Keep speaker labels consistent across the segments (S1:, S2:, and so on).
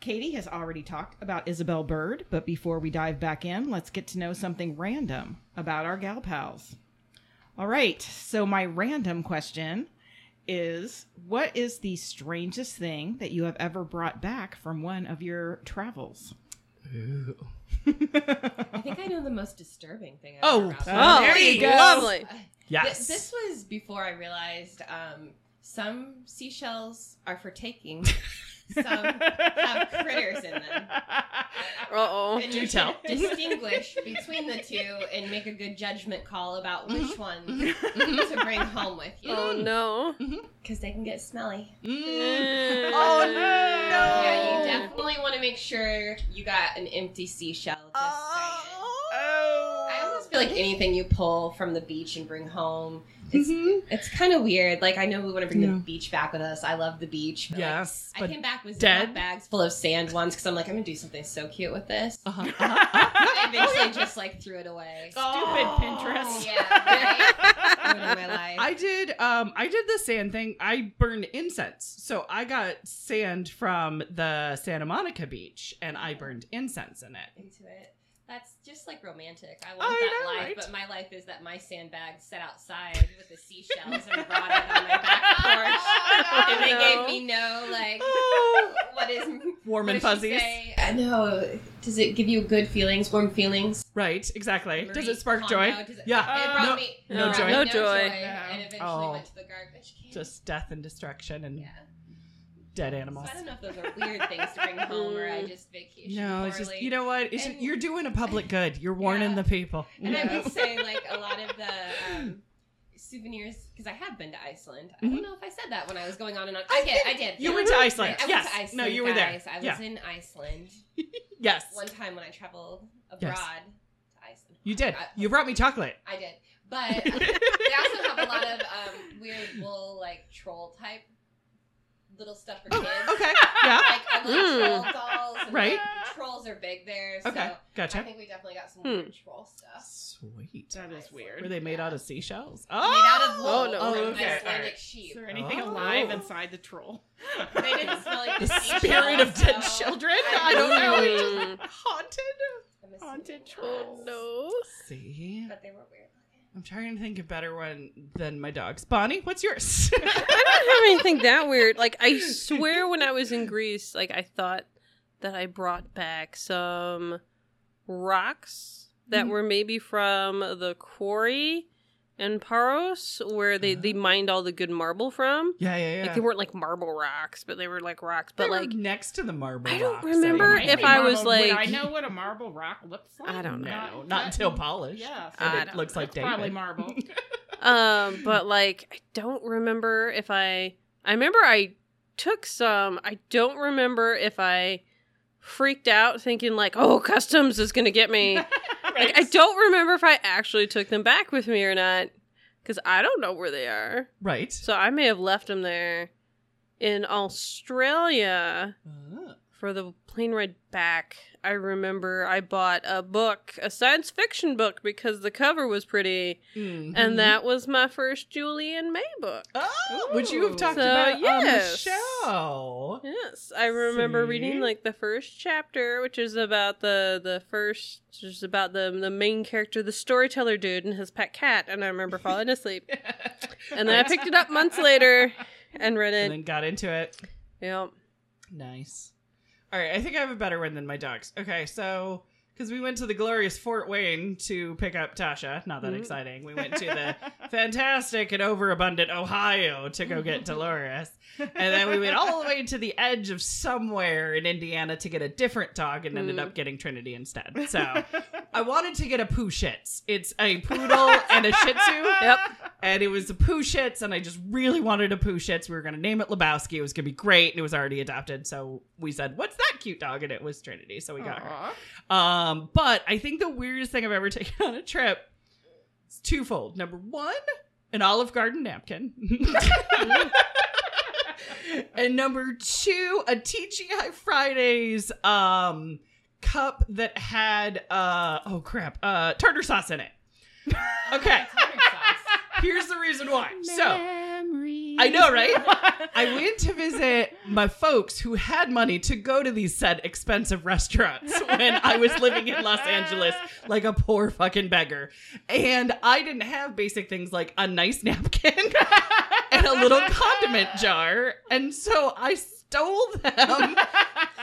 S1: Katie has already talked about Isabel Bird, but before we dive back in, let's get to know something random about our gal pals. All right, so my random question is What is the strangest thing that you have ever brought back from one of your travels?
S2: I think I know the most disturbing thing. I've
S1: Oh,
S2: ever
S1: uh,
S2: wrote.
S1: Oh, there you go. lovely.
S2: Th- this was before I realized um, some seashells are for taking. some have critters in them.
S3: Uh-oh.
S2: And you tell. Distinguish between the two and make a good judgment call about which one to bring home with
S3: Oh
S2: you,
S3: no.
S2: because they can get smelly.
S3: Oh
S2: Yeah, you definitely want to make sure you got an empty seashell. Just saying. I
S1: Oh.
S2: almost feel like anything you pull from the beach and bring home, it's,
S4: Mm-hmm.
S2: it's kind of weird. Like I know we want to bring the beach back with us. I love the beach. but, like,
S4: Yes,
S2: I
S4: but
S2: came back with
S4: dead?
S2: dead bags full of sand once because I'm like I'm gonna do something so cute with this.
S4: Uh-huh.
S2: I eventually just like threw it away. Oh,
S1: Stupid Pinterest.
S2: Yeah, right? Ruined my life.
S4: I did um I did the sand thing. I burned incense. So I got sand from the Santa Monica beach and I burned incense in it.
S2: into it. That's just like romantic. I want
S4: I
S2: that
S4: know,
S2: life,
S4: right?
S2: but my life is that my sandbag sat outside with the seashells and brought it on my back porch, and they gave me no like. What is
S4: Warm
S2: what
S4: and
S2: does she
S4: Oh. fuzzies.
S2: say? I know. Does it give you good feelings, warm feelings?
S4: Right, exactly. Does
S2: Marie
S4: it spark
S2: Kondo?
S4: joy?
S2: Does it-
S4: yeah.
S2: It brought
S4: no,
S2: me
S4: no
S2: it brought
S4: joy.
S2: me
S3: No
S2: no
S3: joy.
S2: joy,
S1: No.
S2: and eventually
S4: Um, Oh.
S2: went to the garbage can.
S4: just death and destruction and
S2: yeah.
S4: dead
S2: So
S4: animals.
S2: I don't know if those are weird things to bring home, or I just vacation.
S4: No, it's just
S2: poorly.
S4: you know what? It's
S2: And-
S4: you're doing a public good. You're warning
S2: Yeah.
S4: the people.
S2: And I
S1: Yeah.
S2: would say, like, a lot of the um, souvenirs, because I have been to Iceland. I don't know if I said that when I was going on and on. I did, I did.
S4: Mm-hmm. You went to Iceland.
S2: I went
S4: yes.
S2: to Iceland.
S4: no, you were
S2: guys.
S4: there.
S2: I was
S4: yeah.
S2: in Iceland
S4: yes.
S2: one time when I traveled abroad
S4: Yes.
S2: to Iceland.
S4: You did.
S2: I-
S4: You brought me chocolate.
S2: I did. But they also have a lot of um, weird wool, like, troll type little stuff for kids.
S4: Oh, Okay. Yeah.
S2: Like, I love
S3: Mm.
S2: troll dolls. And
S4: Right.
S2: like, trolls are big there. So
S4: Okay.
S2: I
S4: Gotcha.
S2: think we definitely got some
S3: Hmm.
S2: weird troll stuff.
S4: Sweet.
S1: That is weird.
S4: Were they made out of seashells? Oh,
S2: made out of wool
S3: Oh, no.
S2: from
S4: Oh, okay.
S2: Icelandic
S4: Alright.
S1: Is
S2: sheep.
S1: there anything
S4: Oh.
S1: alive inside the troll?
S2: They didn't smell like
S4: the
S2: sea
S4: spirit
S2: shells,
S4: of dead
S2: so
S4: children.
S2: I
S4: I don't know. It's just
S3: Mm.
S4: haunted.
S2: I'm assuming
S1: Haunted
S2: not,
S1: troll.
S3: no.
S4: See,
S2: But they were weird.
S4: I'm trying to think of a better one than my dogs. Bonnie, what's yours?
S3: I don't have anything that weird. Like I swear when I was in Greece, like I thought that I brought back some rocks
S4: Mm.
S3: that were maybe from the quarry in Paros where they, they mined all the good marble from.
S4: yeah, yeah, yeah.
S3: Like they weren't like marble rocks, but they were like rocks. But
S4: They were
S3: like
S4: next to the marble.
S3: I don't
S4: rocks,
S3: remember
S4: think.
S3: if I was,
S1: Marble- would I
S3: like-
S1: know what a marble rock looks like.
S3: I don't know.
S4: No, not until polished.
S1: Yeah, so
S3: I
S4: And it
S3: don't
S4: looks like
S1: it's probably
S4: David.
S1: marble.
S3: um but like i don't remember if i i remember i took some i don't remember if i freaked out thinking like oh customs is gonna get me like i don't remember if i actually took them back with me or not because i don't know where they are
S4: right.
S3: so i may have left them there in australia
S4: Uh,
S3: for the plain ride back i remember i bought a book a science fiction book because the cover was pretty
S4: mhm.
S3: and that was my first Julian May book.
S4: Oh, which you have
S1: Ooh.
S4: talked Oh.
S3: So,
S4: about uh,
S3: yes.
S4: on the show.
S3: Yes, I remember
S4: See?
S3: reading like the first chapter, which is about the the first, just about the the main character, the storyteller dude, and his pet cat. And I remember falling asleep. And then I picked it up months later and read
S4: and
S3: it.
S4: then got into it.
S3: Yep.
S4: Nice. All right, I think I have a better one than my dogs. Okay, so because we went to the glorious Fort Wayne to pick up Tasha, not that
S3: Mhm.
S4: exciting. We went to the fantastic and overabundant Ohio to go get Dolores, and then we went all the way to the edge of somewhere in Indiana to get a different dog, and ended
S3: Mm.
S4: up getting Trinity instead. So I wanted to get a poo shits. It's a poodle and a Shih Tzu.
S3: Yep.
S4: and it was the poo shits, and I just really wanted a poo shits. We were gonna name it Lebowski. It was gonna be great, and it was already adopted. So we said, "What's that cute dog?" And it was Trinity. So we got her. Um, but I think the weirdest thing I've ever taken on a trip is twofold. Number one, an Olive Garden napkin. and number two, a TGI Fridays um cup that had uh oh crap, uh tartar sauce in it. Okay. Here's the reason why. So I know, right? I went to visit my folks who had money to go to these said expensive restaurants when I was living in Los Angeles like a poor fucking beggar. And I didn't have basic things like a nice napkin and a little condiment jar. And so I stole them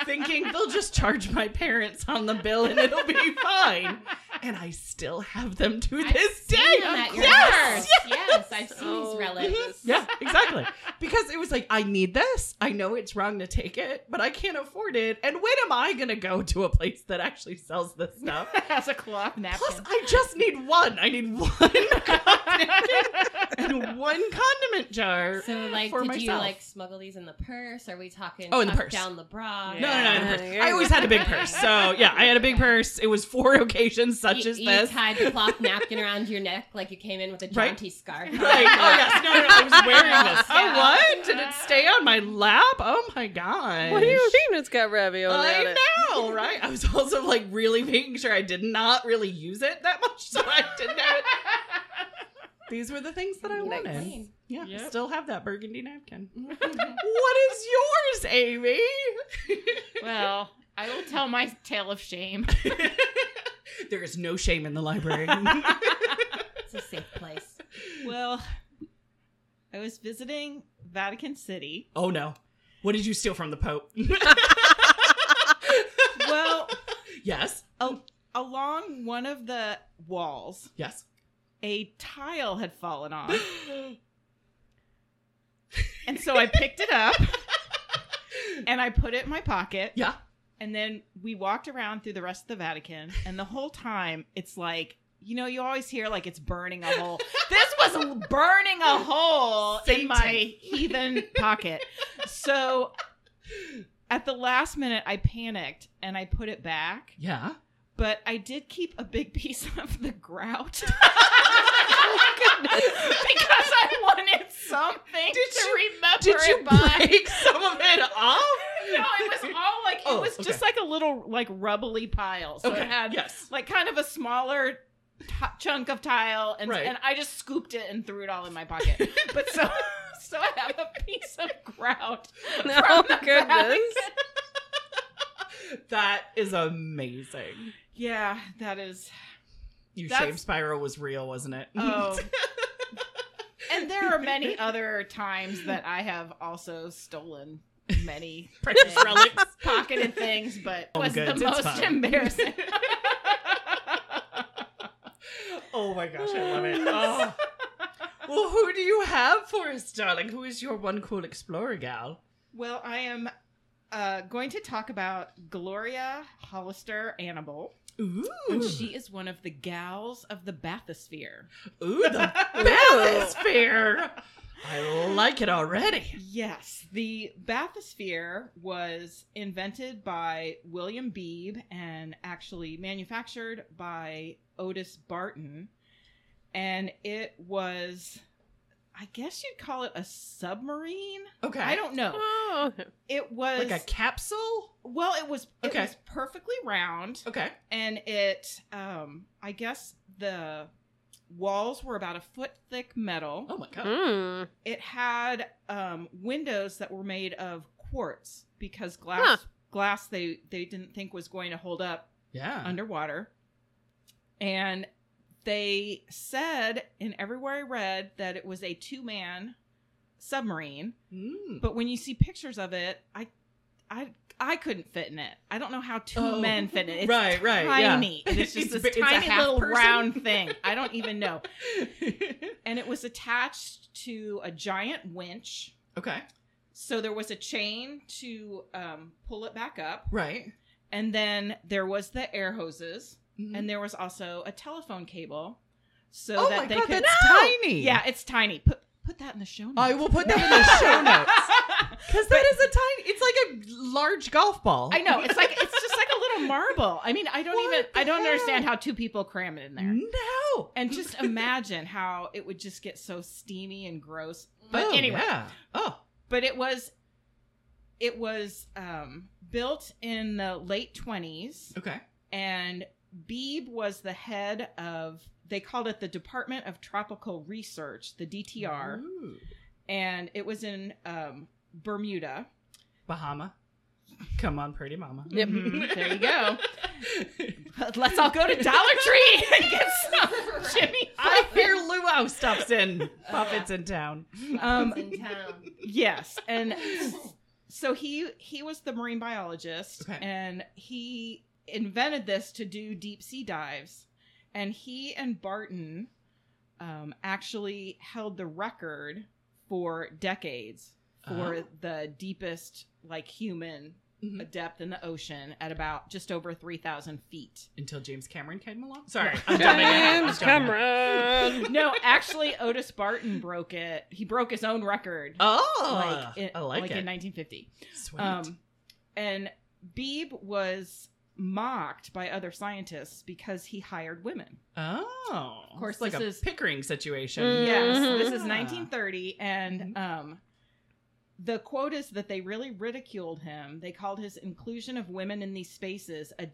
S4: thinking they'll just charge my parents on the bill and it'll be fine. And I still have them to
S5: I've
S4: this
S5: seen
S4: day.
S5: them at your
S4: yes,
S5: house. Yes, I've seen
S3: Oh,
S5: these relics.
S4: yeah, exactly. Because it was like, I need this. I know it's wrong to take it, but I can't afford it. And when am I going to go to a place that actually sells this stuff?
S1: That's a cloth napkin.
S4: Plus, I just need one. I need one condiment and one condiment jar.
S5: So, like,
S4: For
S5: did you
S4: myself.
S5: like smuggle these in the purse? Are we talking?
S4: Oh, in the
S5: tucked
S4: purse.
S5: down the bra.
S4: No, no, no.
S5: Uh,
S4: in the purse.
S3: Yeah.
S4: I always had a big purse. So, yeah, I had a big purse. It was four occasions such
S5: you,
S4: as
S5: you
S4: this.
S5: tied the cloth napkin around your neck like you came in with a
S4: Right.
S5: jaunty scarf.
S4: Right. Oh, yes. No, no, I was wearing this.
S5: Yeah.
S4: Oh, what? Did it stay on my lap? Oh, my God.
S3: What do you mean it's got ravioli on
S4: I
S3: it?
S4: know, right? I was also like really making sure I did not really use it that much, so I didn't have it. These were the things that I wanted. Yeah, I
S1: Yep.
S4: still have that burgundy napkin. what is yours, Amy?
S5: Well,
S6: I will tell my tale of shame.
S4: there is no shame in the library.
S5: it's a safe place.
S1: well, I was visiting Vatican City.
S4: oh no. What did you steal from the Pope?
S1: Well,
S4: yes,
S1: along one of the walls,
S4: yes.
S1: a tile had fallen off. and so I picked it up and I put it in my pocket.
S4: Yeah.
S1: And then we walked around through the rest of the Vatican. And the whole time, it's like, you know, you always hear like it's burning a hole. this was burning a hole in my heathen pocket. So at the last minute, I panicked and I put it back
S4: Yeah.
S1: but I did keep a big piece of the grout. because I wanted
S4: Did
S1: something to
S4: you-
S1: remember
S4: Did you
S1: it by.
S4: break some of it off?
S1: No, it was all like
S4: Oh,
S1: it was just like a little like rubbly pile. So
S4: Okay.
S1: it had
S4: yes.
S1: like kind of a smaller t- chunk of tile, and
S4: Right.
S1: and I just scooped it and threw it all in my pocket. but so so I have a piece of grout.
S3: Oh
S1: from the
S3: goodness.
S1: Vatican.
S4: That is amazing.
S1: Yeah, that is
S4: Your
S1: That's-
S4: shame spiral was real, wasn't it?
S1: Oh. and there are many other times that I have also stolen many
S4: precious
S1: things,
S4: relics.
S1: pocketed things, but
S4: Home
S1: was
S4: goods,
S1: the
S4: Oh, it's
S1: most
S4: fine.
S1: embarrassing.
S4: Oh my gosh, I love it. Oh. Well, who do you have for us, darling? Who is your one cool explorer gal?
S1: well, I am uh, going to talk about Gloria Hollister Annable.
S4: Ooh,
S1: And she is one of the gals of the bathysphere.
S4: ooh, the bathysphere. I like it already.
S1: Yes, the bathysphere was invented by William Beebe and actually manufactured by Otis Barton. And it was, I guess you'd call it a submarine.
S4: Okay,
S1: I don't know.
S3: Oh, okay.
S1: It was
S4: like a capsule.
S1: well, it was it
S4: Okay.
S1: was perfectly round,
S4: Okay,
S1: and it, um, I guess the walls were about a foot thick metal.
S4: oh my god,
S3: Mm.
S1: it had um, windows that were made of quartz because glass
S3: Huh.
S1: glass they they didn't think was going to hold up
S4: yeah,
S1: underwater and they said and everywhere i read that it was a two-man submarine
S4: Mm.
S1: but when you see pictures of it i i i couldn't fit in it i don't know how two
S4: Oh.
S1: men fit in it it's
S4: right, right, yeah.
S1: tiny and it's just
S4: It's
S1: this
S4: ba- it's a
S1: tiny
S4: half
S1: little
S4: person?
S1: round thing i don't even know and it was attached to a giant winch.
S4: okay,
S1: So there was a chain to um, pull it back up,
S4: right,
S1: and then there was the air hoses,
S4: Mhm.
S1: and there was also a telephone cable. so
S4: oh
S1: that
S4: my
S1: they
S4: god,
S1: could.
S4: that's tiny.
S1: Yeah, it's tiny. Put put that in the show notes.
S4: I will put that in the show notes because that is a tiny. It's like a large golf ball.
S1: I know. It's like it's just like a little marble. I mean, I don't
S4: What
S1: even
S4: the
S1: I don't
S4: hell?
S1: understand how two people cram it in there.
S4: No.
S1: And just um, imagine how it would just get so steamy and gross. But
S4: Oh,
S1: anyway,
S4: yeah. Oh,
S1: but it was it was um, built in the late 20s
S4: okay.
S1: and Beebe was the head of they called it the Department of Tropical Research, the DTR,
S4: Ooh.
S1: and it was in um, Bermuda.
S4: Bahama. Come on, pretty mama.
S3: Yep.
S1: Mhm, there you go. Let's all go to Dollar Tree and get some Jimmy.
S4: I fear Luau stops in. Puppets in town.
S1: Um,
S5: in town.
S1: yes and s- so he he was the marine biologist
S4: Okay.
S1: and he invented this to do deep sea dives and he and barton um, actually held the record for decades for
S4: Uh-huh.
S1: the deepest like human
S4: Mhm.
S1: depth in the ocean at about just over 3000 feet
S4: Until James Cameron came along. Sorry, I'm jumping in.
S3: Hmm. James Cameron.
S1: no actually otis barton broke it he broke his own record
S4: Oh,
S1: in,
S4: I like, it.
S1: in 1950
S4: Sweet.
S1: Um, and Beebe was mocked by other scientists because he hired women.
S4: oh, of
S1: course,
S4: course, like
S1: this
S4: a
S1: is-
S4: Pickering situation.
S3: Mm.
S1: Yes, this is
S4: Mhm.
S1: 1930,
S4: Mm-hmm.
S1: and um, the quote is that they really ridiculed him. They called his inclusion of women in these spaces a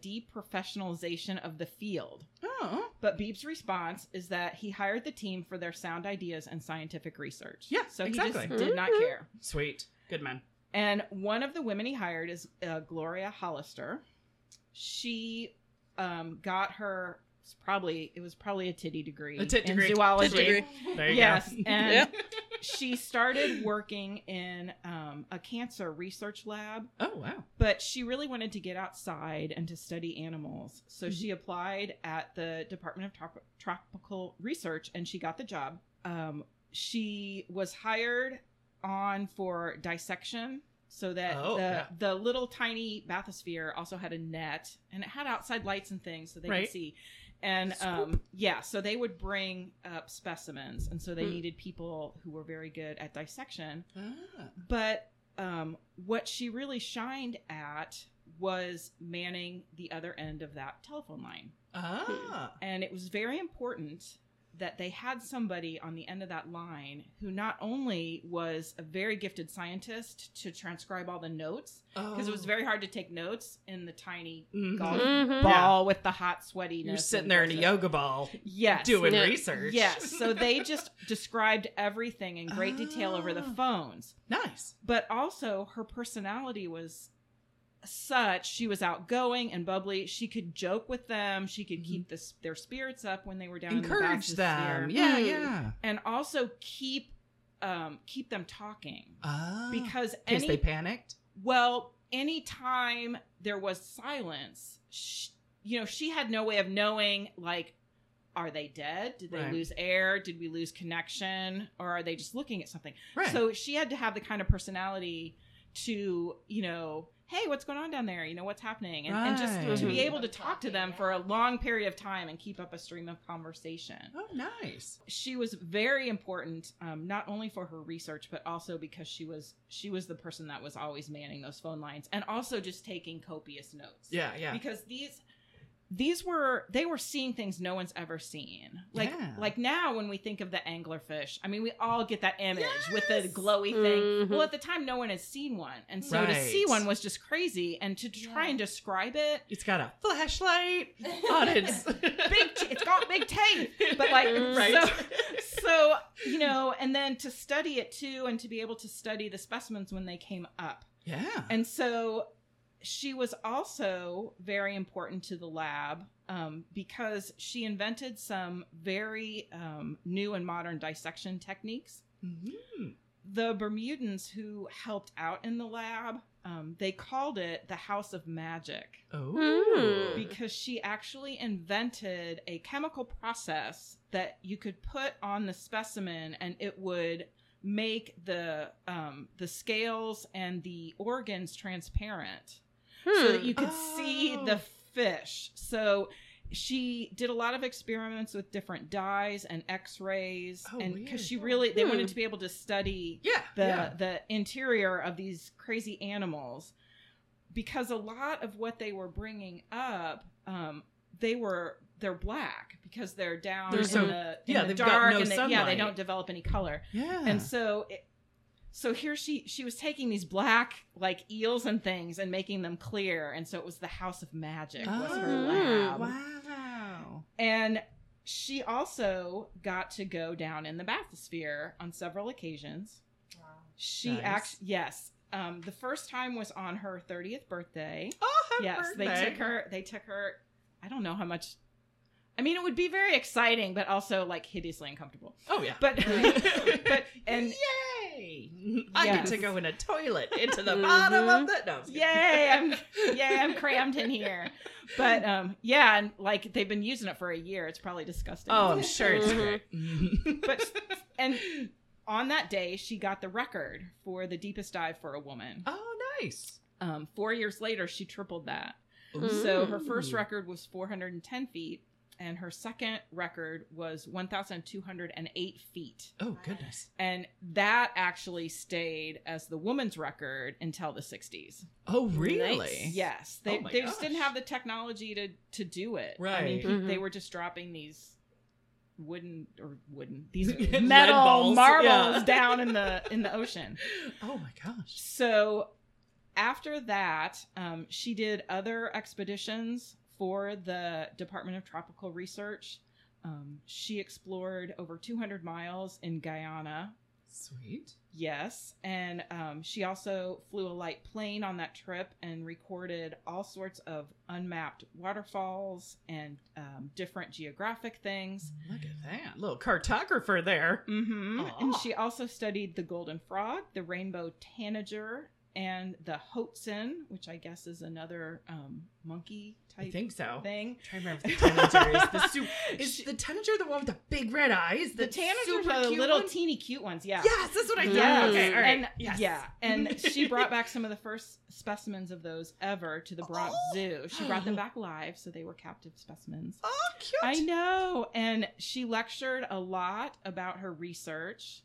S1: deprofessionalization of the field.
S4: Oh,
S1: But Beebe's response is that he hired the team for their sound ideas and scientific research.
S4: Yeah,
S1: so he
S4: exactly.
S1: just did not care.
S4: sweet, good man.
S1: And one of the women he hired is uh, Gloria Hollister. She um, got her it's probably it was probably a titty degree
S4: A tit
S1: in
S4: degree.
S1: zoology.
S4: Tit degree. There you
S1: Yes,
S4: go.
S1: and
S3: Yep.
S1: she started working in um, a cancer research lab,
S4: Oh wow.
S1: but she really wanted to get outside and to study animals. So
S4: Mm-hmm.
S1: she applied at the Department of Trop- Tropical Research, and she got the job. Um, she was hired on for dissection so that
S4: Oh,
S1: the,
S4: yeah.
S1: the little tiny bathysphere also had a net and it had outside lights and things so they
S4: Right.
S1: could see and um, yeah so they would bring up specimens and so they
S4: Mm.
S3: Hmm.
S1: needed people who were very good at dissection
S4: Ah,
S1: but um, what she really shined at was manning the other end of that telephone line
S4: ah.
S1: and it was very important that they had somebody on the end of that line who not only was a very gifted scientist to transcribe all the notes because Hmm. it was
S4: Oh.
S1: very hard to take notes in the tiny
S4: Mhm.
S1: golf
S3: Mhm.
S1: ball with the hot sweatiness.
S4: You're sitting
S1: and
S4: there in a
S1: bullshit.
S4: yoga ball
S1: Yes.
S4: doing
S3: Yeah.
S4: research.
S1: Yes. So they just described everything in great detail over the
S4: Ah.
S1: phones.
S4: nice.
S1: But also her personality was such she was outgoing and bubbly. She could joke with them. She could keep this, their spirits up when they were down
S4: Mm-hmm. Encourage
S1: in the bathysphere.
S4: them. Yeah,
S3: Mm.
S4: yeah.
S1: And also keep um keep them talking.
S4: Ah,
S1: Because
S4: in
S1: any
S4: case they panicked.
S1: well, anytime there was silence, sh you know, she had no way of knowing, like, are they dead? Did they
S4: Right.
S1: lose air? Did we lose connection? Or are they just looking at something?
S4: Right.
S1: So she had to have the kind of personality to, you know, hey, what's going on down there? You know, what's happening? And, and just
S4: Right.
S1: to be
S4: Mhm.
S1: able to talk to them for a long period of time and keep up a stream of conversation
S4: oh, nice.
S1: she was very important um, not only for her research but also because she was she was the person that was always manning those phone lines and also just taking copious notes
S4: Yeah, yeah.
S1: because these these were they were seeing things no one's ever seen like
S4: Yeah.
S1: like now when we think of the anglerfish i mean we all get that image with the
S4: Yes! Mm-hmm.
S1: glowy thing
S3: Mhm.
S1: well at the time no one had seen one and so to see
S4: Right.
S1: one was just crazy and to try and describe it
S4: It's got a flashlight on its
S1: big t- it's got big teeth but like
S4: Right.
S1: so, so you know and then to study it too and to be able to study the specimens when they came up
S4: Yeah.
S1: and so she was also very important to the lab um, because she invented some very um, new and modern dissection techniques
S4: Mhm.
S1: the bermudans who helped out in the lab um, they called it the house of magic
S4: Oh.
S3: Mm.
S1: because she actually invented a chemical process that you could put on the specimen and it would make the um, the scales and the
S3: Hmm.
S1: organs transparent so that you could see
S4: Hmm. Oh.
S1: the fish so she did a lot of experiments with different dyes and x-rays
S4: Oh,
S1: and
S4: weird.
S1: because she really they
S3: Hmm.
S1: wanted to be able to study
S4: Yeah.
S1: the
S4: yeah.
S1: the interior of these crazy animals because a lot of what they were bringing up um they were they're black because they're down
S4: They're
S1: in
S4: so-
S1: the, in
S4: yeah,
S1: the
S4: they've got
S1: dark
S4: no
S1: and they, yeah they
S4: sunlight.
S1: don't develop any color
S4: Yeah.
S1: and so it, so here she she was taking these black like eels and things and making them clear and so it was the house of magic was her
S4: Oh,
S1: lab
S4: wow.
S1: and she also got to go down in the bathysphere on several occasions she
S4: Nice.
S1: act yes um, the first time was on her 30th birthday
S4: Oh, happy
S1: yes
S4: birthday.
S1: they took her they took her i don't know how much i mean it would be very exciting but also like hideously uncomfortable
S4: Oh yeah.
S1: but but and
S4: yay! I get to
S1: Yes. Mm-hmm.
S4: go in a toilet into the bottom of the no. I'm just kidding.
S1: Yay, I'm- yeah, I'm crammed in here. But um, yeah, and like they've been using it for a year. It's probably disgusting.
S4: Oh, I'm sure it's
S3: Mhm.
S1: Mm-hmm.
S4: great.
S1: But- and on that day, she got the record for the deepest dive for a woman.
S4: oh, nice.
S1: Um, four years later, she tripled that. So her first record was 410 feet, and her second record was 1,208 feet.
S4: Oh goodness.
S1: And that actually stayed as the woman's record until the 60s.
S4: Oh really?
S3: Nice.
S1: Yes, they,
S4: Oh my
S1: they just didn't
S4: gosh.
S1: have the technology to to do it. I mean,
S4: Right.
S1: pe- they
S3: Mhm.
S1: were just dropping these wooden or wooden these
S4: Lead
S1: metal
S4: balls,
S1: marbles
S4: yeah.
S1: down in the in the ocean.
S4: Oh my gosh.
S1: So after that, um, she did other expeditions for the Department of Tropical Research. Um, she explored over 200 miles in Guyana,
S4: Sweet.
S1: Yes, and um, she also flew a light plane on that trip and recorded all sorts of unmapped waterfalls and um, different geographic things.
S4: Look at that little cartographer there.
S1: hmm
S4: Mm-hmm. Aw.
S1: And she also studied the golden frog, the rainbow tanager, and the hoatzin, which I guess is another um, monkey
S4: I
S1: type
S4: think so.
S1: thing.
S4: i trying to remember if the tanager is the soup. Is the tanager the one with the big red eyes?
S1: The
S4: The,
S1: tanagers
S4: super
S1: are the
S4: cute
S1: little
S4: one?
S1: teeny cute ones, yeah.
S4: Yes, that's what I thought.
S3: Yes.
S4: Okay, all right.
S1: And,
S4: yes.
S1: Yeah. And she brought back some of the first specimens of those ever to the Bronx
S4: Oh.
S1: Zoo. She brought them back live, so they were captive specimens.
S4: Oh, cute.
S1: I know. And she lectured a lot about her research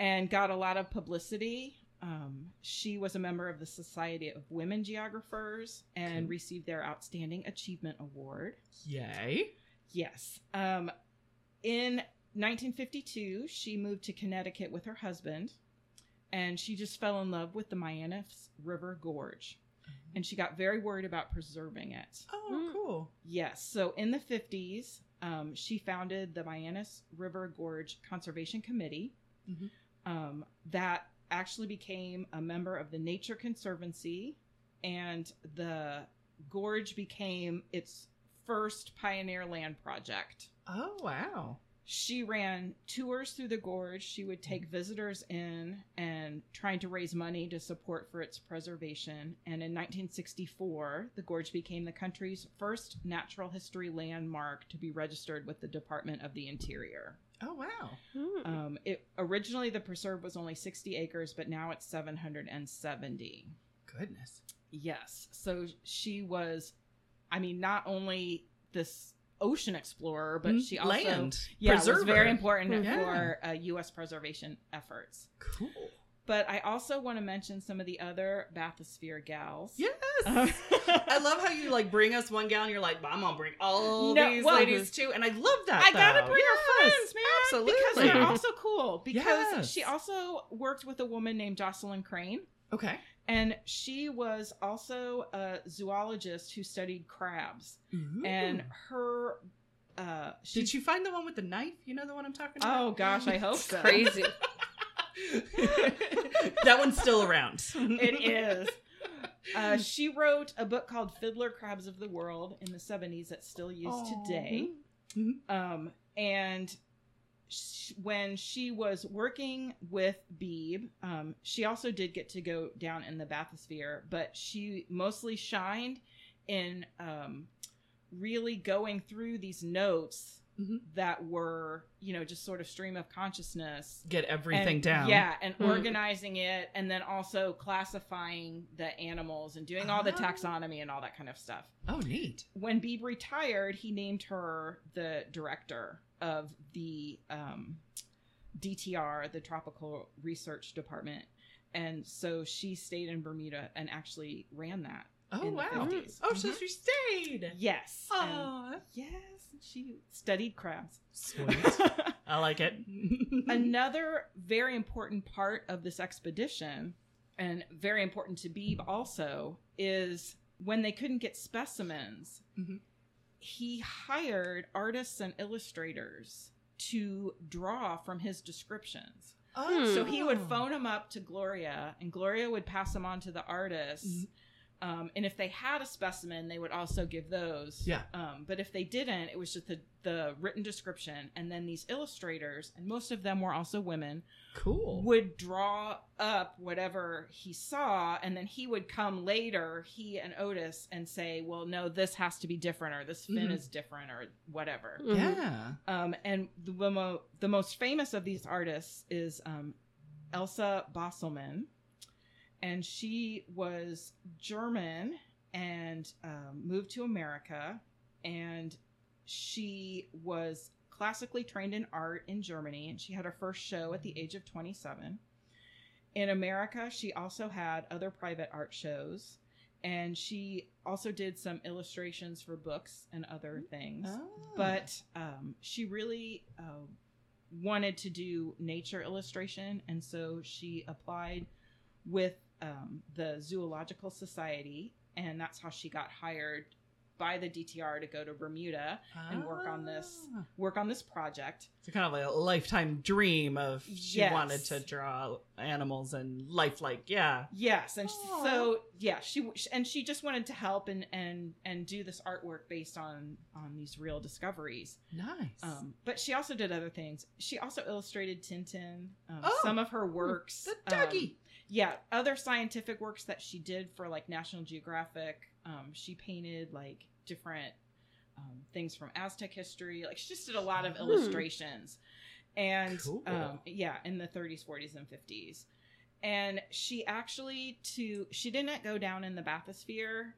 S1: and got a lot of publicity. Um, she was a member of the Society of Women Geographers and
S4: Cool.
S1: received their Outstanding Achievement Award.
S4: Yay.
S1: Yes. Um, in 1952, she moved to Connecticut with her husband, and she just fell in love with the Mianifs River Gorge, and she got very worried about preserving it.
S4: Oh, cool.
S1: Yes. So in the 50s, um, she founded the Mianus River Gorge Conservation Committee
S4: Mhm.
S1: um, that actually became a member of the Nature Conservancy, and the gorge became its first pioneer land project.
S4: Oh, wow.
S1: She ran tours through the gorge. She would take visitors in and trying to raise money to support for its preservation. And in 1964, the gorge became the country's first natural history landmark to be registered with the Department of the Interior.
S4: Oh, wow.
S3: Mhm.
S1: Um, it originally the preserve was only 60 acres, but now it's 770.
S4: Goodness.
S1: Yes. So she was, I mean, not only this ocean explorer, but she also
S4: Mm-hmm. Mm, Land.
S1: yeah, it was
S4: Preserver. Mm-hmm.
S1: very important
S4: Yeah.
S1: for uh, U.S. preservation efforts.
S4: Cool.
S1: But I also want to mention some of the other bathysphere gals.
S4: Yes.
S1: Um,
S4: Uh, I love how you like bring us one gal and you're like, "But I'm gonna bring all
S1: No,
S4: these
S1: well,
S4: ladies too. And I love that.
S1: I gotta
S4: though.
S1: bring her
S4: Yes,
S1: friends, man,
S4: Absolutely.
S1: because they're also cool. Because
S4: Yes.
S1: she also worked with a woman named Jocelyn Crane,
S4: okay.
S1: and she was also a zoologist who studied crabs. And her, uh, she,
S4: did you find the one with the knife? You know the one I'm talking about?
S1: Oh gosh, I hope so.
S3: Crazy.
S4: that one's still around.
S1: It is. Uh, she wrote a book called Fiddler Crabs of the World in the 70s that's still used
S4: Aw.
S1: today.
S4: Mhm.
S1: Um, and sh- when she was working with Beebe, um, she also did get to go down in the bathysphere, but she mostly shined in um, really going through these notes
S4: Mhm.
S1: that were, you know, just sort of stream of consciousness.
S4: Get everything
S1: and-
S4: down. Mm-hmm.
S1: Yeah, and
S3: Hmm.
S1: organizing it and then also classifying the animals and doing all the
S4: Oh.
S1: taxonomy and all that kind of stuff.
S4: Oh, neat.
S1: When Beebe retired, he named her the director of the um, DTR, the Tropical Research Department. And so she stayed in Bermuda and actually ran that.
S4: Oh,
S1: in the
S4: wow.
S1: 50s.
S4: Oh, so she stayed.
S1: Yes. and-
S4: Oh,
S1: yes. She studied crabs.
S4: sweet. I like it. Mm-hmm.
S1: Another very important part of this expedition, and very important to Beebe also, is when they couldn't get specimens,
S4: Mhm.
S1: he hired artists and illustrators to draw from his descriptions.
S4: Oh.
S1: So he would phone him up to Gloria, and Gloria would pass him on to the artists.
S4: Mhm.
S1: Um, and if they had a specimen, they would also give those.
S4: Yeah.
S1: Um, but if they didn't, it was just the, the written description. And then these illustrators, and most of them were also women,
S4: Cool.
S1: would draw up whatever he saw. And then he would come later, he and Otis, and say, well, no, this has to be different, or this fin
S4: Mhm.
S1: is different, or whatever.
S3: Mhm.
S4: Yeah.
S1: Um, and the, mo- the most famous of these artists is um, Elsa Bosselmann. And she was German and um, moved to America. And she was classically trained in art in Germany. And she had her first show at the age of 27. In America, she also had other private art shows. And she also did some illustrations for books and other things
S4: Oh.
S1: but um, she really uh, wanted to do nature illustration, and so she applied with um, the Zoological Society, and that's how she got hired by the DTR to go to Bermuda, and work on this.
S4: Oh. Ah.
S1: work on this project.
S4: It's kind of like a lifetime dream of she
S1: Yes.
S4: wanted to draw animals and lifelike. Yeah.
S1: Yes, and
S4: Aw.
S1: so yeah, she and she just wanted to help and and and do this artwork based on on these real discoveries.
S4: Nice.
S1: Um, but she also did other things. She also illustrated Tintin. Um,
S4: Oh,
S1: some of her works,
S4: the
S1: um,
S4: doggy.
S1: yeah, other scientific works that she did for like National Geographic. Um, she painted like different um, things from Aztec history. Like she just did a lot of
S4: Hmm.
S1: illustrations, and
S4: Cool.
S1: um, yeah, in the 30s, 40s, and 50s. And she actually to she didn't go down in the bathysphere,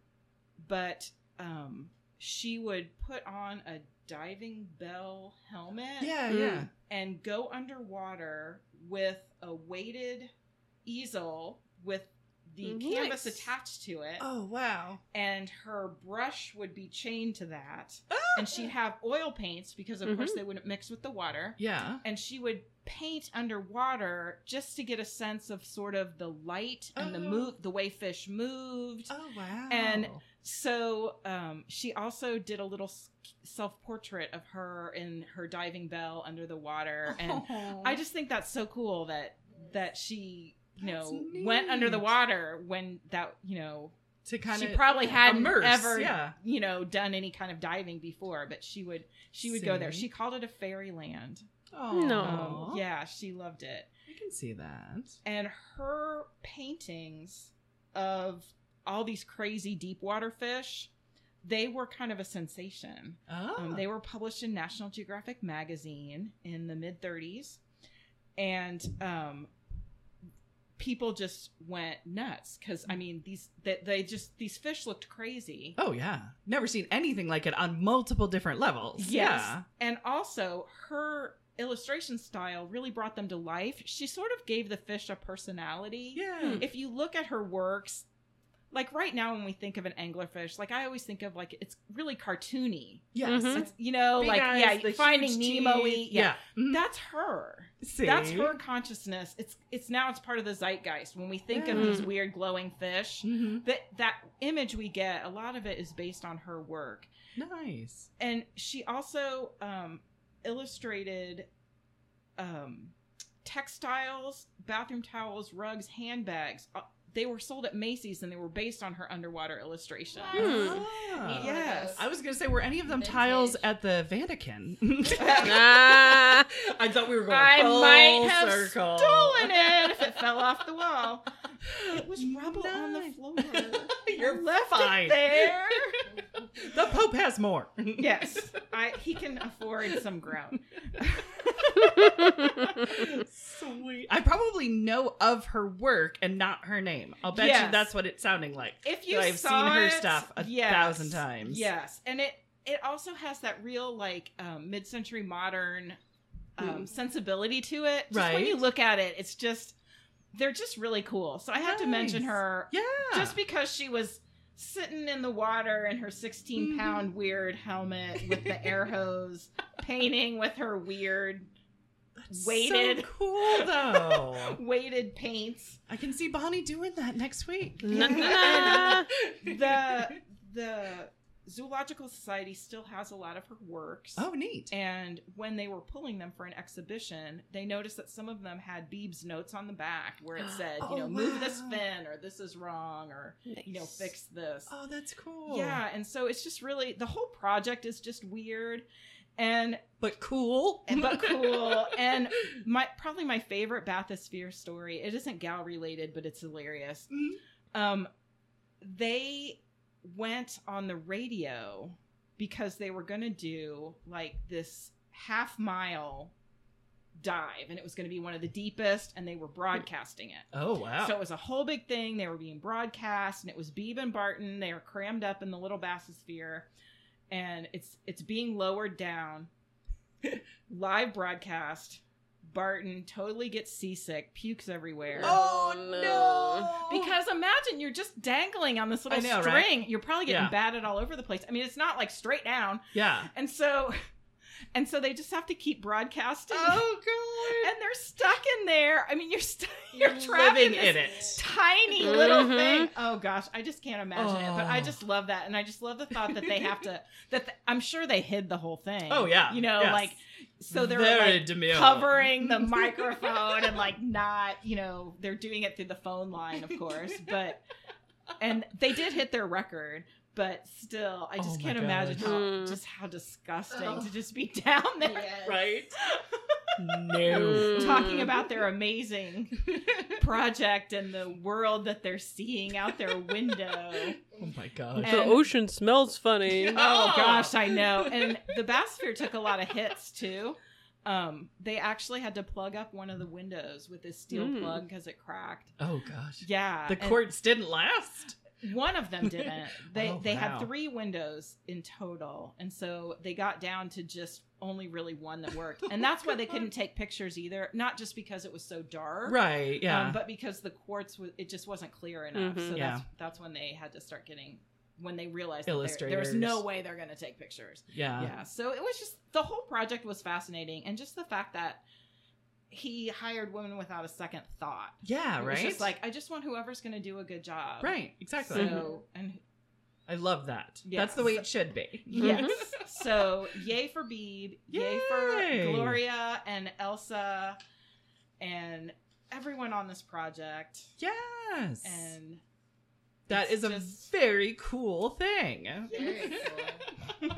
S1: but um, she would put on a diving bell helmet
S4: yeah,
S3: Mm.
S4: yeah.
S1: and go underwater with a weighted easel with the canvas
S3: Nice.
S1: attached to it
S4: Mm-hmm. Oh, wow.
S1: and her brush would be chained to that and she'd have oil paints because of
S4: Mm-hmm.
S1: course they wouldn't mix with the water
S4: Yeah.
S1: and she would paint underwater just to get a sense of sort of the light and the
S4: Oh.
S1: move the way fish moved
S4: Oh, wow.
S1: And- so um, she also did a little self portrait of her in her diving bell under the water
S4: Oh.
S1: and I just think that's so cool that that she you
S4: That's
S1: know went under the
S4: neat.
S1: water when that you know
S4: to kind
S1: she
S4: of
S1: probably hadn't
S4: immerse,
S1: ever
S4: yeah.
S1: you know done any kind of diving before, but she would she would go there.
S4: See.
S1: She called it a fairyland.
S4: Oh,
S3: No.
S1: Um,
S4: Aw.
S1: yeah, she loved it.
S4: I can see that.
S1: And her paintings of all these crazy deep water fish, they were kind of a sensation.
S4: Oh,
S1: Um, they were published in National Geographic magazine in the mid 30s, and um, people just went nuts because I mean these they, they just these fish looked crazy.
S4: oh yeah, never seen anything like it on multiple different levels. Yeah,
S1: and also her illustration style really brought them to life. She sort of gave the fish a personality.
S4: yeah.
S1: If you look at her works. Like right now, when we think of an anglerfish, like I always think of like it's really cartoony.
S4: Yes.
S3: Mhm.
S1: It's you know
S4: Mm-hmm. Big
S1: like
S4: eyes,
S1: yeah,
S4: the
S1: finding
S4: huge
S1: Nemo.
S4: teeth.
S1: Yeah,
S4: Mhm.
S1: that's her.
S4: Mm-hmm. See?
S1: That's her consciousness. It's it's now it's part of the zeitgeist. When we think of
S3: Yeah.
S4: Mm.
S1: these weird glowing fish,
S4: Mhm.
S1: that that image we get, a lot of it is based on her work.
S4: Nice.
S1: And she also um, illustrated um, textiles, bathroom towels, rugs, handbags. Uh, they were sold at Macy's and they were based on her underwater illustration.
S4: Ah.
S3: Hmm.
S5: Need one of
S1: Yes.
S5: those.
S4: I was gonna say, were any of them tiles
S5: Vintage.
S4: at the Vatican?
S3: Ah.
S4: I thought we were going.
S1: I
S4: full
S1: might have
S4: circle.
S1: stolen it if it fell off the wall. It was rubble on the
S4: Nice.
S1: floor.
S4: You're
S1: I left
S4: fine.
S1: it there.
S4: The Pope has more.
S1: Yes. I he can afford some ground.
S4: Sweet. I probably know of her work and not her name. I'll bet you
S1: Yes.
S4: that's what it's sounding like.
S1: If you
S4: I've
S1: saw
S4: seen her
S1: it,
S4: stuff a
S1: yes,
S4: thousand times.
S1: Yes, and it it also has that real like um, mid century modern um, sensibility to it. Just When
S4: Hmm. Right.
S1: you look at it, it's just they're just really cool. So I had to mention
S4: Nice.
S1: her
S4: Yeah.
S1: just because she was sitting in the water in her
S4: Mm-hmm.
S1: 16 pound weird helmet with the air hose painting with her weird
S4: That's
S1: waited.
S4: So cool though.
S1: weighted paints
S4: I can see Bonnie doing that next week.
S3: Na- na- na.
S1: the the zoological society still has a lot of her works
S4: Oh, neat.
S1: and when they were pulling them for an exhibition they noticed that some of them had beeb's notes on the back where it said you
S4: Oh,
S1: know move this
S4: wow.
S1: fin or this is wrong or you know
S3: Nice.
S1: fix this
S4: Oh, that's cool.
S1: Yeah, and so it's just really the whole project is just weird and
S4: But cool.
S1: and- but cool. and my probably my favorite bathysphere story. It isn't gal related, but it's hilarious.
S4: Mhm.
S1: Um they went on the radio because they were going to do like this half mile dive and it was going to be one of the deepest and they were broadcasting it.
S4: Oh wow.
S1: So it was a whole big thing. They were being broadcast, and it was Beebe and Barton. They were crammed up in the little Bassosphere, and it's it's being lowered down. Live broadcast. Barton totally gets seasick, pukes everywhere.
S3: Oh, no.
S1: Because imagine you're just dangling on this little
S4: I know,
S1: string.
S4: right?
S1: You're probably getting
S4: Yeah.
S1: batted all over the place. I mean, it's not like straight down.
S4: yeah.
S1: And so and so they just have to keep broadcasting.
S4: Oh
S1: And they're stuck in there. I mean, you're st- you're
S4: You're
S1: trapped in
S4: living in
S1: this
S4: it.
S1: tiny little
S3: Mhm.
S1: thing. Oh gosh, I just can't imagine it. But I
S4: Mm-hmm. Oh.
S1: just love that, and I just love the thought that they have to. That th- I'm sure they hid the whole thing.
S4: Oh, yeah.
S1: you know,
S4: Yes.
S1: like so they're
S4: Very
S1: like
S4: demure.
S1: covering the microphone and like not, you know, they're doing it through the phone line, of course. But and they did hit their record. But still, I just
S4: Oh, my
S1: can't imagine
S4: gosh.
S1: how
S3: Mm.
S1: just how disgusting
S2: Ugh.
S1: to just be down there
S2: Yes.
S4: Right. no.
S1: talking about their amazing project and the world that they're seeing out their window.
S4: Oh my god.
S3: the
S1: and-
S3: ocean smells funny.
S1: Oh gosh, I know. And the Bassphere took a lot of hits too. Um, they actually had to plug up one of the windows with this steel
S3: Mm.
S1: plug because it cracked.
S4: Oh gosh.
S1: Yeah,
S4: The
S1: and
S4: courts didn't last.
S1: One of them didn't. They
S4: Oh,
S1: they
S4: wow.
S1: had three windows in total, and so they got down to just only really one that worked, and that's why they couldn't take pictures either. Not just because it was so dark,
S4: Right. Yeah. Mm-hmm.
S1: um, but because the quartz was, it just wasn't clear enough.
S3: Mhm.
S1: So
S4: Yeah.
S1: that's that's when they had to start getting when they realized that there- there
S4: Illustrators.
S1: was no way they're going to take pictures.
S4: yeah.
S1: yeah. So it was just the whole project was fascinating, and just the fact that he hired women without a second thought.
S4: Yeah,
S1: It
S4: right.
S1: was just like I just want whoever's going to do a good job.
S4: right, exactly. Mm-hmm.
S1: So and
S4: I love that.
S1: Yeah.
S4: That's the way it should be.
S3: Mm-hmm.
S1: yes. so yay for Beebe, yay
S4: Yay.
S1: for Gloria and Elsa, and everyone on this project.
S4: Yes.
S1: And
S4: that is
S1: it's
S4: a
S1: just-
S4: very cool thing.
S2: Very cool.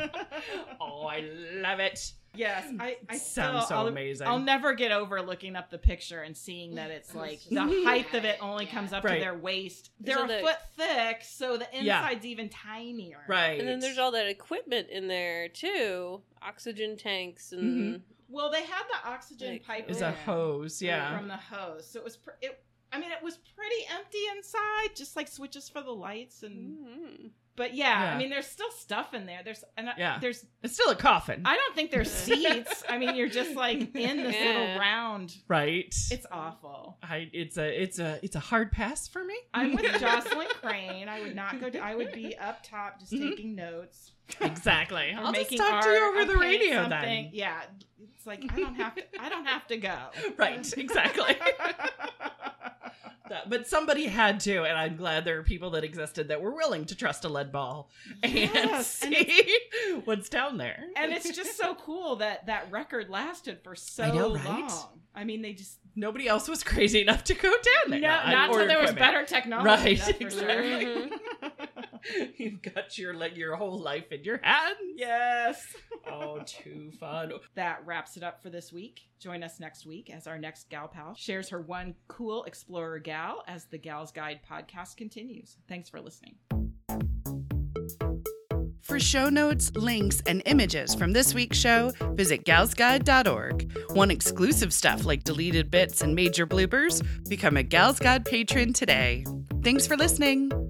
S4: Oh, I love it.
S1: Yes, I, I
S4: Sounds
S1: still,
S4: so
S1: I'll,
S4: amazing.
S1: I'll never get over looking up the picture and seeing that it's like the height of it only
S2: Yeah.
S1: comes up
S4: Right.
S1: to their waist. They're a
S3: all the-
S1: foot thick, so the
S4: Yeah.
S1: inside's even tinier.
S4: right.
S3: And then there's all that equipment in there too, oxygen tanks and
S1: Well, they had the oxygen
S3: Like,
S1: pipe
S4: is
S1: in
S4: a hose, yeah.
S1: from the hose, so it was. Pr- it, I mean, it was pretty empty inside, just like switches for the lights and.
S3: Mhm.
S1: But yeah,
S4: Yeah.
S1: I mean, there's still stuff in there. There's and I-
S4: Yeah.
S1: there's.
S4: It's still a coffin.
S1: I don't think there's seats. I mean, you're just like in this
S3: Yeah.
S1: little round.
S4: right. It's
S1: It's awful.
S4: I, it's a it's a it's a hard pass for me.
S1: I'm with Jocelyn Crane. I would not go. To, I would be up top just
S4: Mhm.
S1: taking notes.
S4: exactly.
S1: or
S4: I'll just
S1: making
S4: talk to you
S1: art.
S4: over
S1: I'll
S4: the
S1: paint
S4: radio
S1: something. Yeah, it's like I don't have to. I don't have to go.
S4: then. Right, exactly. That- but somebody had to, and I'm glad there are people that existed that were willing to trust a lead ball and
S1: Yes, and
S4: see what's down there.
S1: and it's just so cool that that record lasted for so
S4: I know, right?
S1: long. I mean, they just
S4: nobody else was crazy enough to go down there.
S1: no, not
S4: or
S1: until there was
S4: equipment.
S1: better technology.
S4: Right,
S1: that's for sure.
S3: Mm-hmm.
S4: exactly. You've got your like, your whole life in your hands.
S1: Yes.
S4: Oh, too fun.
S1: That wraps it up for this week. Join us next week as our next gal pal shares her one cool explorer gal as the Gals Guide podcast continues. Thanks for listening.
S4: For show notes, links, and images from this week's show, visit galsguide.org. Want exclusive stuff like deleted bits and major bloopers? Become a Gals Guide patron today. Thanks for listening.